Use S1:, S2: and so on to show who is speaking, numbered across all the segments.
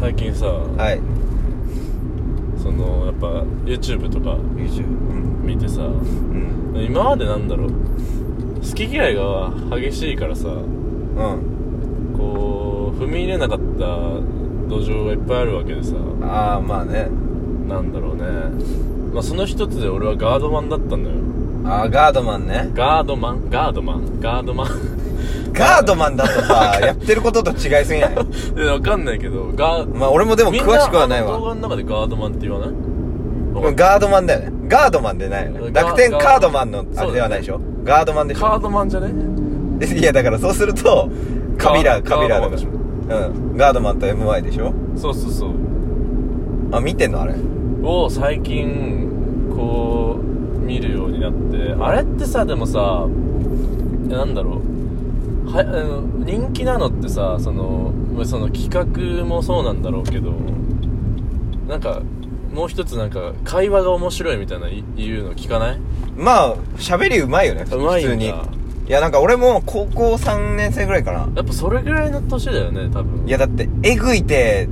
S1: 最近さ
S2: はい
S1: そのやっぱ YouTube とか
S2: YouTube うん
S1: 見てさ
S2: うん
S1: 今までなんだろう好き嫌いが激しいからさ
S2: うん
S1: こう踏み入れなかった土壌がいっぱいあるわけでさ
S2: ああまあね
S1: なんだろうねまあその一つで俺はガードマンだったんだよ
S2: ああガードマンね
S1: ガードマンガードマン ガードマン
S2: ガードマンだとさやってることと違いすぎない
S1: いやわかんないけどガー
S2: まあ俺もでも
S1: みん
S2: 詳しくはない
S1: あの動
S2: わ
S1: 画の中でガードマンって言わないわかんない
S2: ガードマンだよねガードマンでないよね
S1: ガ
S2: 楽天
S1: ガー
S2: カードマンの
S1: そうだ
S2: あ
S1: ね
S2: れではないでしょガードマンでし
S1: ガー
S2: ょ
S1: ドマンじゃね
S2: いやだからそうするとカビラ
S1: ガー
S2: カビラ
S1: ガードマン
S2: だか
S1: でしょ
S2: らうんガードマンと MY でしょ
S1: そうそうそう
S2: あ見てんのあれ
S1: を最近こう見るようになってあれってさでもさえなんだろうはあの人気なのってさそのまあその企画もそうなんだろうけどなんかもう一つなんか会話が面白いみたいな言うの聞かない
S2: まあ喋りうまいよね
S1: うまいんだ
S2: 普通にいやなんか俺も高校3年生ぐらいかな
S1: やっぱそれぐらいの年だよね多分
S2: いやだってえぐいて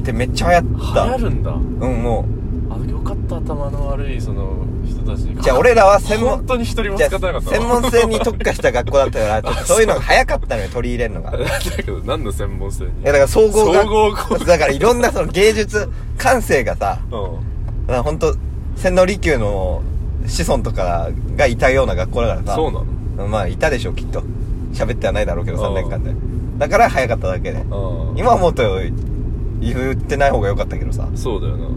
S2: ってめっちゃ流
S1: 流
S2: 行った
S1: 行るんだ
S2: うんも
S1: あのよかった頭の悪いその人たち
S2: うじゃあ俺らは専門
S1: 本当に一人も
S2: じ
S1: 使
S2: ゃ
S1: ってなか
S2: あ
S1: った
S2: 専門性に特化した学校だったからちょっとそういうのが早かったのよ取り入れるのがい
S1: だけど何の専門性に
S2: やだから総合学
S1: 総合学
S2: だからいろんなその芸術感性がさ
S1: うん
S2: だから本当千利休の子孫とかがいたような学校だからさ
S1: そうなの
S2: まあいたでしょきっと喋ってはないだろうけど
S1: ああ
S2: 3年間でだから早かっただけで
S1: ああ
S2: 今思うと言ってない方が良かったけどさ
S1: そうだよな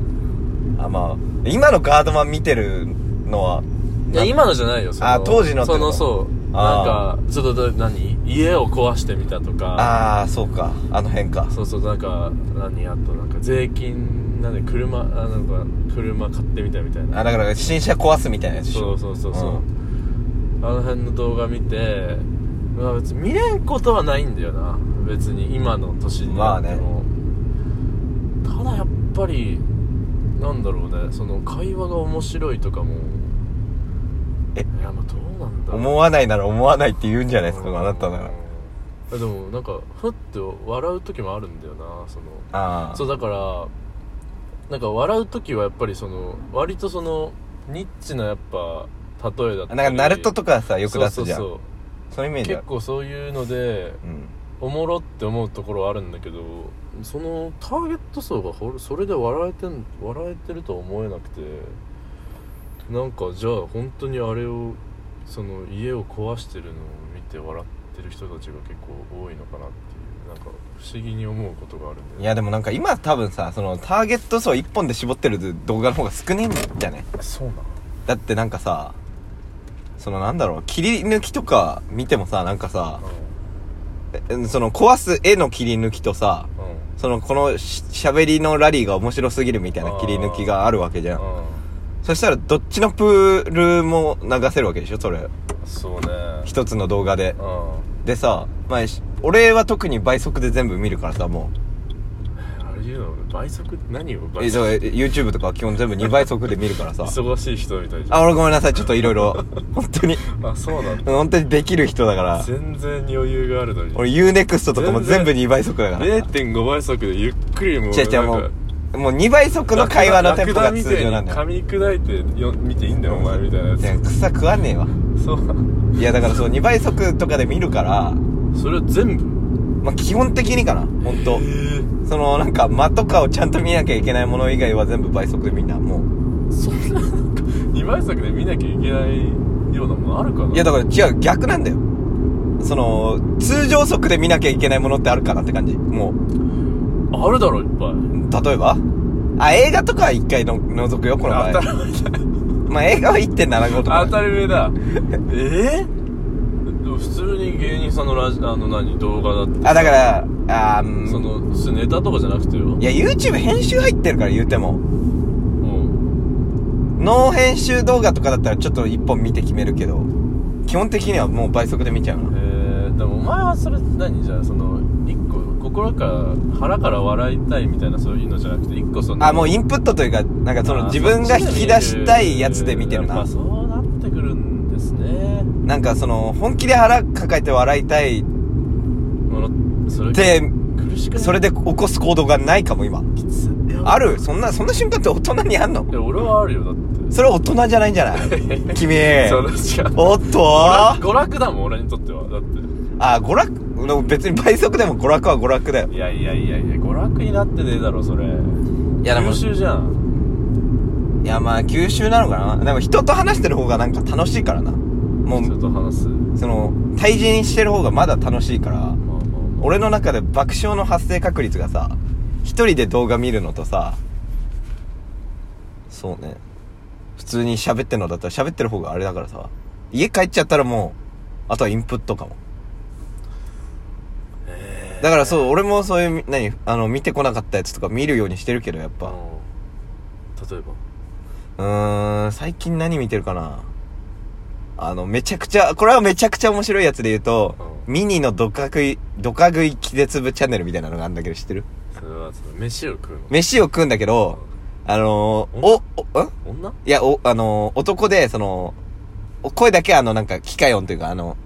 S2: あまあ今のガードマン見てるのはい
S1: や今のじゃないよその
S2: あ当時のって
S1: そ
S2: こと
S1: のそうなん
S2: あ
S1: かちょっとだ何家を壊してみたとか
S2: ああそうかあの辺か
S1: そうそうなんか何あとなんか税金なんで車あなんか車買ってみたみたいな
S2: あだから新車壊すみたいなやつでし
S1: そ
S2: ょ
S1: うそうそうそう、
S2: ん
S1: あの辺の動画見てまあ別に見れんことはないんだよな別に今の年になっても、ただやっぱりなんだろうねその会話が面白いとかも
S2: え
S1: いやまあどうなんだろう
S2: 思わないなら思わないって言うんじゃないですかあなたなら
S1: うんでもなんかふって笑う時もあるんだよなその
S2: ああ
S1: そうだからなんか笑う時はやっぱりその割とそのニッチなやっぱ例えだったり
S2: なんかナルトとかさよく出すじゃん
S1: そう
S2: そ
S1: そう
S2: のイメ
S1: そう
S2: ージあ
S1: 結
S2: る
S1: 構そういうので
S2: うん
S1: おもろって思うところはあるんだけどそのターゲット層がほそれで笑えてん笑えてるとは思えなくてなんかじゃあ本当にあれをその家を壊してるのを見て笑ってる人たちが結構多いのかなっていうなんか不思議に思うことがあるん
S2: い
S1: だよね
S2: やでもなんか今多分さそのターゲット層一本で絞ってる動画の方が少ねえんじゃね
S1: そうなの
S2: だってなんかさそのなんだろう切り抜きとか見てもさなんかさえその壊す絵の切り抜きとさ
S1: うんうん
S2: そのこのし喋りのラリーが面白すぎるみたいな切り抜きがあるわけじゃん
S1: う
S2: そしたらどっちのプールも流せるわけでしょそれ
S1: んそうね
S2: 一つの動画で
S1: うん
S2: でさ、まあ、し俺は特に倍速で全部見るからさも
S1: あれ言うの倍速何を
S2: うえ
S1: 倍
S2: そう
S1: 速
S2: え YouTube とかは基本全部2倍速で見るからさ
S1: 忙しい人みたいじゃん
S2: あ俺ごめんなさいちょっといろいろ 本当に
S1: あそうなんだ
S2: 本当にできる人だから
S1: 全然余裕があるのに
S2: 俺 UNEXT とかも全部
S1: 全然
S2: 2倍速だから
S1: 0.5倍速でゆっくりも
S2: 違う違うもうもう2倍速の会話のテンポが通常なんだ
S1: 噛
S2: よ
S1: み砕いてよ見ていいんだよお前みたい
S2: い
S1: な
S2: や
S1: や
S2: 草食わねえわ
S1: つそう
S2: いやだからそう2倍速とかで見るから
S1: それは全部
S2: まあ基本的にかな本当
S1: えー
S2: そのなんか間とかをちゃんと見なきゃいけないもの以外は全部倍速でみんなも
S1: そんななんか2倍速で見なきゃいけないようなものあるかな
S2: ういやだから違う逆なんだよその通常速で見なきゃいけないものってあるかなって感じもう
S1: あるだろいっぱい
S2: 例えばあ映画とかは1回の除くよこの場合
S1: 当たり前だ
S2: まあ映画は1.75とか
S1: 当たり前だえー、普通に芸人さんのラジあの何動画だって
S2: あだからあー
S1: その普通ネタとかじゃなくてよ
S2: いや YouTube 編集入ってるから言うても
S1: うん
S2: ノー編集動画とかだったらちょっと一本見て決めるけど基本的にはもう倍速で見ちゃうな
S1: えー、でもお前はそれ何じゃあその一個心から腹から笑いたいみたいなそういうのじゃなくて一個その
S2: あもうインプットというかなんかそ
S1: あー
S2: の自分が引き出したいやつで見てる
S1: や
S2: な
S1: っぱそうなってくるんですね
S2: なんかその本気で腹抱えて笑いたいっ
S1: ものそれ
S2: て
S1: 苦しくない
S2: それで起こす行動がないかも今
S1: きついや
S2: あるそんなそんな瞬間って大人にあんの
S1: いや俺はあるよだって
S2: それは大人じゃないんじゃない 君
S1: それ違う
S2: おっとー
S1: 娯楽だもん俺にとってはだって
S2: あ娯楽でも別に倍速でも娯楽は娯楽だよ
S1: いやいやいやいや娯楽になってねえだろそれ
S2: いやでも
S1: 優秀じゃん
S2: いやまあ吸収なのかなでも人と話してる方がなんか楽しいからなも
S1: 人
S2: う
S1: と話す
S2: その対人してる方がまだ楽しいから
S1: まあまあまあ
S2: 俺の中で爆笑の発生確率がさ一人で動画見るのとさそうね普通に喋ってんのだったら喋ってる方があれだからさ家帰っちゃったらもうあとはインプットかもだからそう俺もそういう何あの見てこなかったやつとか見るようにしてるけどやっぱ
S1: うん例えば
S2: うーん、最近何見てるかなあの、めちゃくちゃ、これはめちゃくちゃ面白いやつで言うと、
S1: う
S2: ミニのドカ食い、ドカ食い気絶部チャンネルみたいなのがあるんだけど知ってる
S1: それはその飯を食うの
S2: 飯を食うんだけど、あのー、お、お、ん
S1: 女
S2: いや、お、あのー、男で、その、お声だけあの、なんか、機械音というか、あの、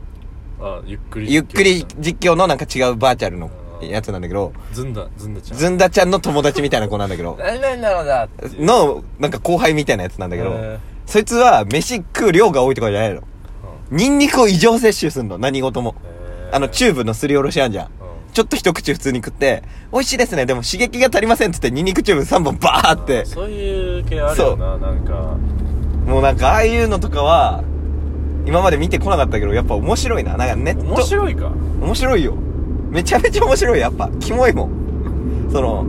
S1: あゆっくり
S2: ゆっくり実況のなんか違うバーチャルのやつなんだけど、
S1: ずんだずんだちゃん
S2: ずんだちゃんの友達みたいな子なんだけ ど、
S1: 何なんだろうだっていう
S2: の、なんか後輩みたいなやつなんだけど、
S1: え
S2: そいつは飯食う量が多いとかじゃないの。ニンニクを異常摂取すんの、何事も。あの、チューブのすりおろしあんじゃん。ちょっと一口普通に食って、美味しいですね、でも刺激が足りませんっつってニンニクチューブ3本バー
S1: あ
S2: って。
S1: そういう系あるよななんか
S2: もうなんかああいうのとかは、今まで見てこなかったけど、やっぱ面白いな。なんかネット。
S1: 面白いか
S2: 面白いよ。めちゃめちゃ面白い、やっぱ。キモいもん。その、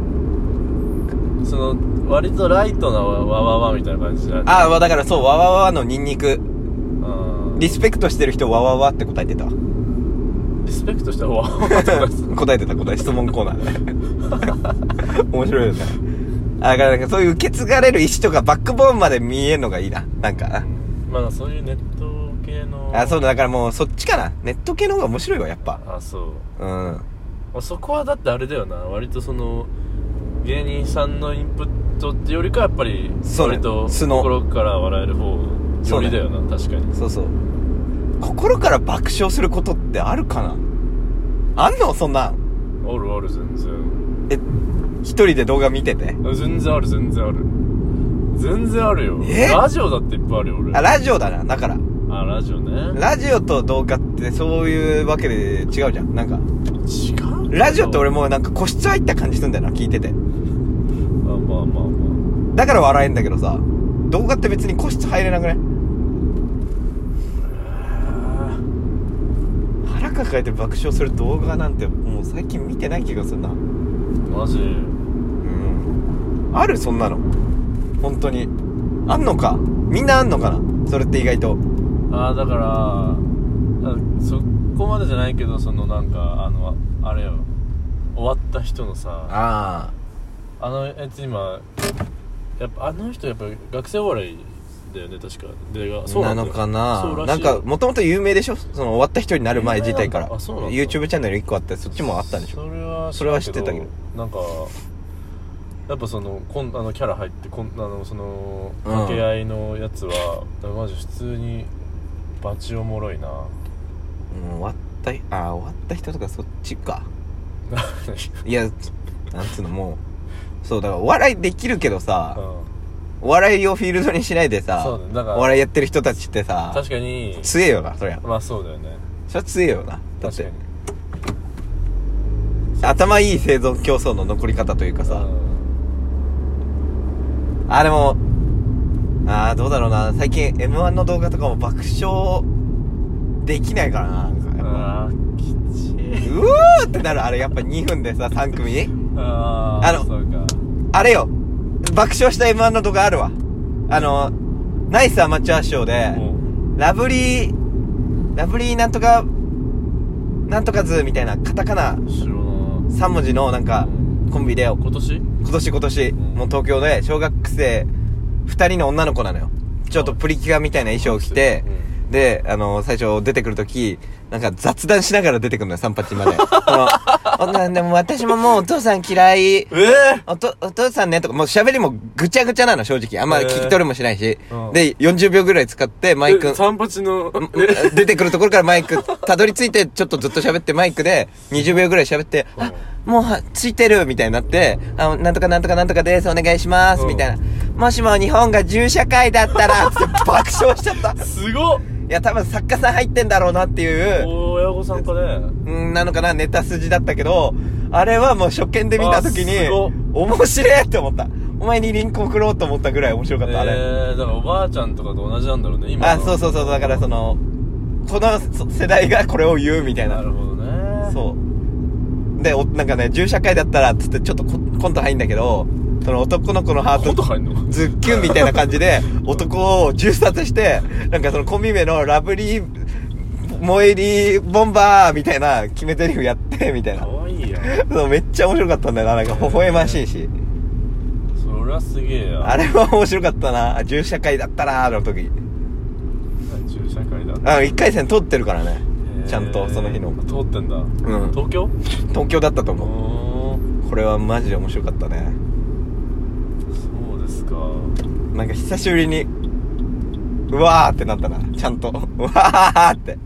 S1: その割とライトなわわわわみたいな感じじゃ
S2: ああ、だからそう、わわわのニンニク。
S1: うん
S2: リスペクトしてる人わわわって答えてたわ。
S1: リスペクトしたわわわとかさ
S2: 答えてた答え質問コーナーで 面白いよねあだからなんかそういう受け継がれる石とかバックボーンまで見えんのがいいななんか
S1: まあそういうネット系の
S2: あそうだだからもうそっちかなネット系の方が面白いわやっぱ
S1: あそう
S2: うん
S1: まあそこはだってあれだよな割とその芸人さんのインプットってよりかはやっぱり
S2: そうね
S1: 割と
S2: 素の
S1: 心から笑える方
S2: そ
S1: よ
S2: うね
S1: りだよな、確かに
S2: そうそう心から爆笑することってあるかなあんのそんなん
S1: あるある全然
S2: え一人で動画見てて
S1: あ全然ある全然ある全然あるよ
S2: え
S1: ラジオだっていっぱいあるよ俺
S2: あラジオだなだから
S1: あラジオね
S2: ラジオと動画ってそういうわけで違うじゃんなんか
S1: 違う
S2: ラジオって俺
S1: も
S2: もうなんか個室入った感じすんだよな聞いてて
S1: まあまあまあま
S2: だから笑えんだけどさ動画って別に個室入れなくね腹抱えて爆笑する動画なんてもう最近見てない気がするなう
S1: あマジ
S2: んあるそんなの本当にあんのかみんなあんのかなそれって意外と
S1: ああだからあそこまでじゃないけどそのなんかあのあれよ終わった人のさ
S2: あ
S1: あのやつ今やっぱあの人やっぱ学生お笑いだよね確かでが
S2: そうな
S1: だ
S2: の
S1: よ
S2: かな
S1: そうら
S2: な
S1: し
S2: ん
S1: いよ
S2: かもともと有名でしょその終わった人になる前自体から
S1: 有名なんだあそうなんだ
S2: YouTube チャンネル1個あってそっちもあったんでしょ
S1: それは
S2: それは知ってたけど
S1: なんかやっぱそのこんあのキャラ入ってこんあのその
S2: うん
S1: 掛け合いのやつは、マジ普通にバチおもろいな
S2: うん終わったいあー終わった人とかそっちかいやなんつうのもうそうだからお笑いできるけ ど
S1: う
S2: さ
S1: ん
S2: お笑いをフィールドにしないでさ
S1: そうだねだから
S2: お笑いやってる人たちってさ
S1: 確かに
S2: 強えよなそりゃ
S1: まあそうだよね
S2: そりゃ強えよなだっ
S1: 確か
S2: て
S1: に
S2: 頭いい生存競争の残り方というかさあでもあーどうだろうな最近 m 1の動画とかも爆笑できないからななんかやっぱ
S1: ああーきちいう
S2: わーってなるあれやっぱ2分でさ3組
S1: あー
S2: あの
S1: そうか
S2: あれよ爆笑した M1 の動画あるわあのナイスアマチュア賞で
S1: うん
S2: ラブリーラブリーなんとかなんとかズみたいなカタカナ
S1: 後ろの
S2: 3文字のなんかコンビで今
S1: 今年
S2: 年今年
S1: ん
S2: もう東京で小学生2人の女の子なのよちょっとプリキュアみたいな衣装を着て
S1: うん
S2: で、あの、最初出てくるとき、なんか雑談しながら出てくるのよ、三八まで。その おなでも私ももうお父さん嫌い。
S1: ええ
S2: おと、お父さんねとか、もう喋りもぐちゃぐちゃなの、正直。あんま聞き取りもしないし。
S1: うん
S2: で、40秒ぐらい使って、マイク
S1: え、三八の、え
S2: 出てくるところからマイク、たどり着いて、ちょっとずっと喋って、マイクで、20秒ぐらい喋って、あ、もうは、ついてるみたいになって、あ、なんとかなんとかなんとかです、お願いします、
S1: うん
S2: みたいな。もしも日本が銃社会だったら、つって爆笑しちゃった。い
S1: すごっ
S2: や、多分作家さん入ってんだろうなっていう、
S1: お親御さんかね。
S2: うん、なのかな、ネタ筋だったけど、あれはもう初見で見た時
S1: あ
S2: に
S1: すごっ、
S2: 面白いって思った。お前にリンク送ろうと思ったぐらい面白かった、あれ。
S1: えー、だからおばあちゃんとかと同じなんだろうね、今の。
S2: あ、そうそうそう、だからその、このそ世代がこれを言うみたい
S1: な
S2: な。
S1: るほどね。
S2: そう。で、おなんかね、銃社会だったら、つってちょっとココント入んだけど、その男の子のハ
S1: コ
S2: ー
S1: ント
S2: ト、
S1: 入んの
S2: ズッキュンみたいな感じで、男を銃殺して、なんかそのコンビ名のラブリー、萌えりボンバーみたいな決め台詞やって、みたい
S1: か
S2: な。
S1: わいいやん。
S2: そうめっちゃ面白かったんだよな、なんか微笑ましいし。
S1: そりゃすげえや。
S2: あれは面白かったな、あ銃社会だったな、の時。
S1: 中社会だね。
S2: あの、一回戦通ってるからね
S1: え。ー
S2: ちゃんと、その日の。
S1: 通ってんだ。
S2: ん
S1: 東京
S2: 東京だったと
S1: う
S2: 思う。
S1: ーん。
S2: これはマジで面白かったね。
S1: そうですか。
S2: なんか久しぶりに、うわーってなったな。ちゃんと。 うわーって。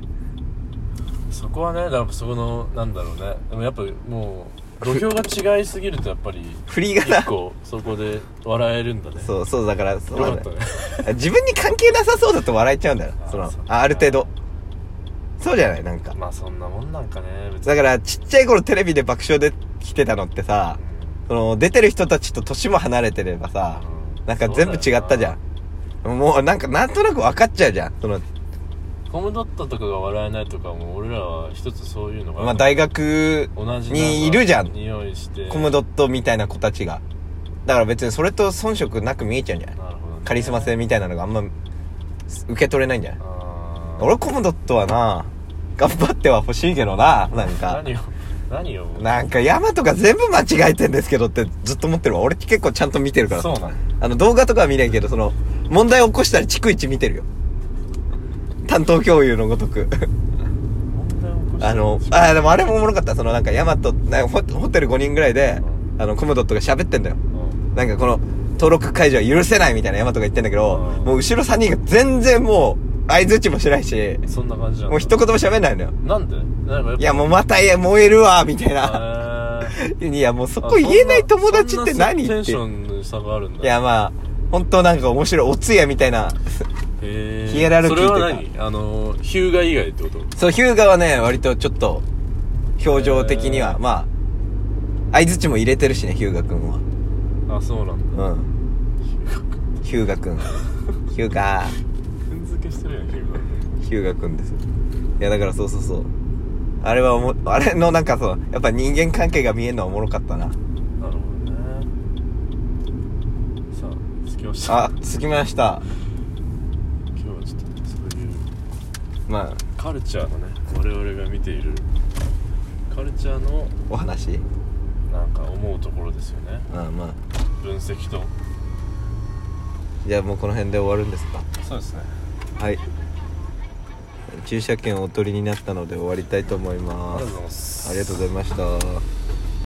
S1: そこはね、だからそこの、なんだろうね。でもやっぱもう、土俵が違いすぎるとやっぱり、
S2: 振りがな
S1: 一。個、そこで笑えるんだね。
S2: そう、そう、だから、そう
S1: よ
S2: な
S1: か
S2: ん
S1: っ
S2: だ
S1: た
S2: よ
S1: ね。
S2: 自分に関係なさそうだと笑えちゃうんだよ。そ
S1: あ
S2: の
S1: そっ、か
S2: あある程度。そうじゃないなんか。
S1: まあそんなもんなんかね、別に。
S2: だから、ちっちゃい頃テレビで爆笑で来てたのってさ、その、出てる人たちと年も離れてればさ、
S1: うん
S2: なんか全部違ったじゃ。ん。もう、なんか、なんとなく分かっちゃうじゃん。その、
S1: コムドットとかが笑えないとかも俺らは一つそういうのが
S2: まあ、大学
S1: 同じ
S2: にいるじゃん。
S1: 匂いして
S2: コムドットみたいな子たちが。だから別にそれと遜色なく見えちゃうんじゃない
S1: なるほどね
S2: カリスマ性みたいなのがあんま受け取れないんじゃない
S1: あー
S2: 俺コムドットはな、頑張っては欲しいけどな、なんか。
S1: 何を何を
S2: なんか山とか全部間違えてんですけどってずっと思ってるわ。俺結構ちゃんと見てるから。
S1: そうなの
S2: あの動画とかは見ないけど、その、問題起こしたら逐一見てるよ。担当共有のごとく。
S1: 問題を起こして
S2: あの、あ、でもあれもおもろかった。そのなんかヤマト、なんかホホテル5人ぐらいで、あの、コムドットが喋ってんだよ。
S1: うん
S2: なんかこの、登録解除は許せないみたいなヤマトが言ってんだけど、
S1: うん
S2: もう後ろ3人が全然もう、相づちもしないし、
S1: そんな感じなの
S2: もう一言も喋んないのよ。
S1: なんでなんかやっぱ
S2: いや、もうまた、いや、燃えるわ、みたいな。
S1: えー
S2: いや、もうそこ言えない友達って何
S1: そんな
S2: って。
S1: そ
S2: い
S1: んなテンションの差があるんだ
S2: や、まあ、本当なんか面白い、お通夜みたいな。
S1: へー
S2: ヒエラルキー
S1: それは
S2: という
S1: 何あのヒューガ以外ってこと
S2: そう、ヒューガはね、割とちょっと、表情的には、
S1: へー
S2: まあ、相づちも入れてるしね、ヒューガくんは。
S1: あそうなんだ
S2: うん。ヒューガくん。ヒューガー。
S1: 踏んづけしてるやんヒューガ
S2: ヒューガくんですいやだからそうそうそうあれはおもあれのなんかそうやっぱ人間関係が見えるのはおもろかったな
S1: なるほどねさあ着きました
S2: あ着きまし
S1: 今日は
S2: た
S1: ちょっとそういう
S2: まあ
S1: カルチャーのね我々が見ているカルチャーの
S2: お話うん
S1: なんか思うところですよね
S2: まあ
S1: 分析と
S2: じゃあもうこの辺で終わるんですか
S1: そうですね
S2: はい駐車券をお取りになったので終わりたいと思い
S1: あり
S2: ま
S1: がとうござい
S2: す
S1: ます
S2: ありがとうございました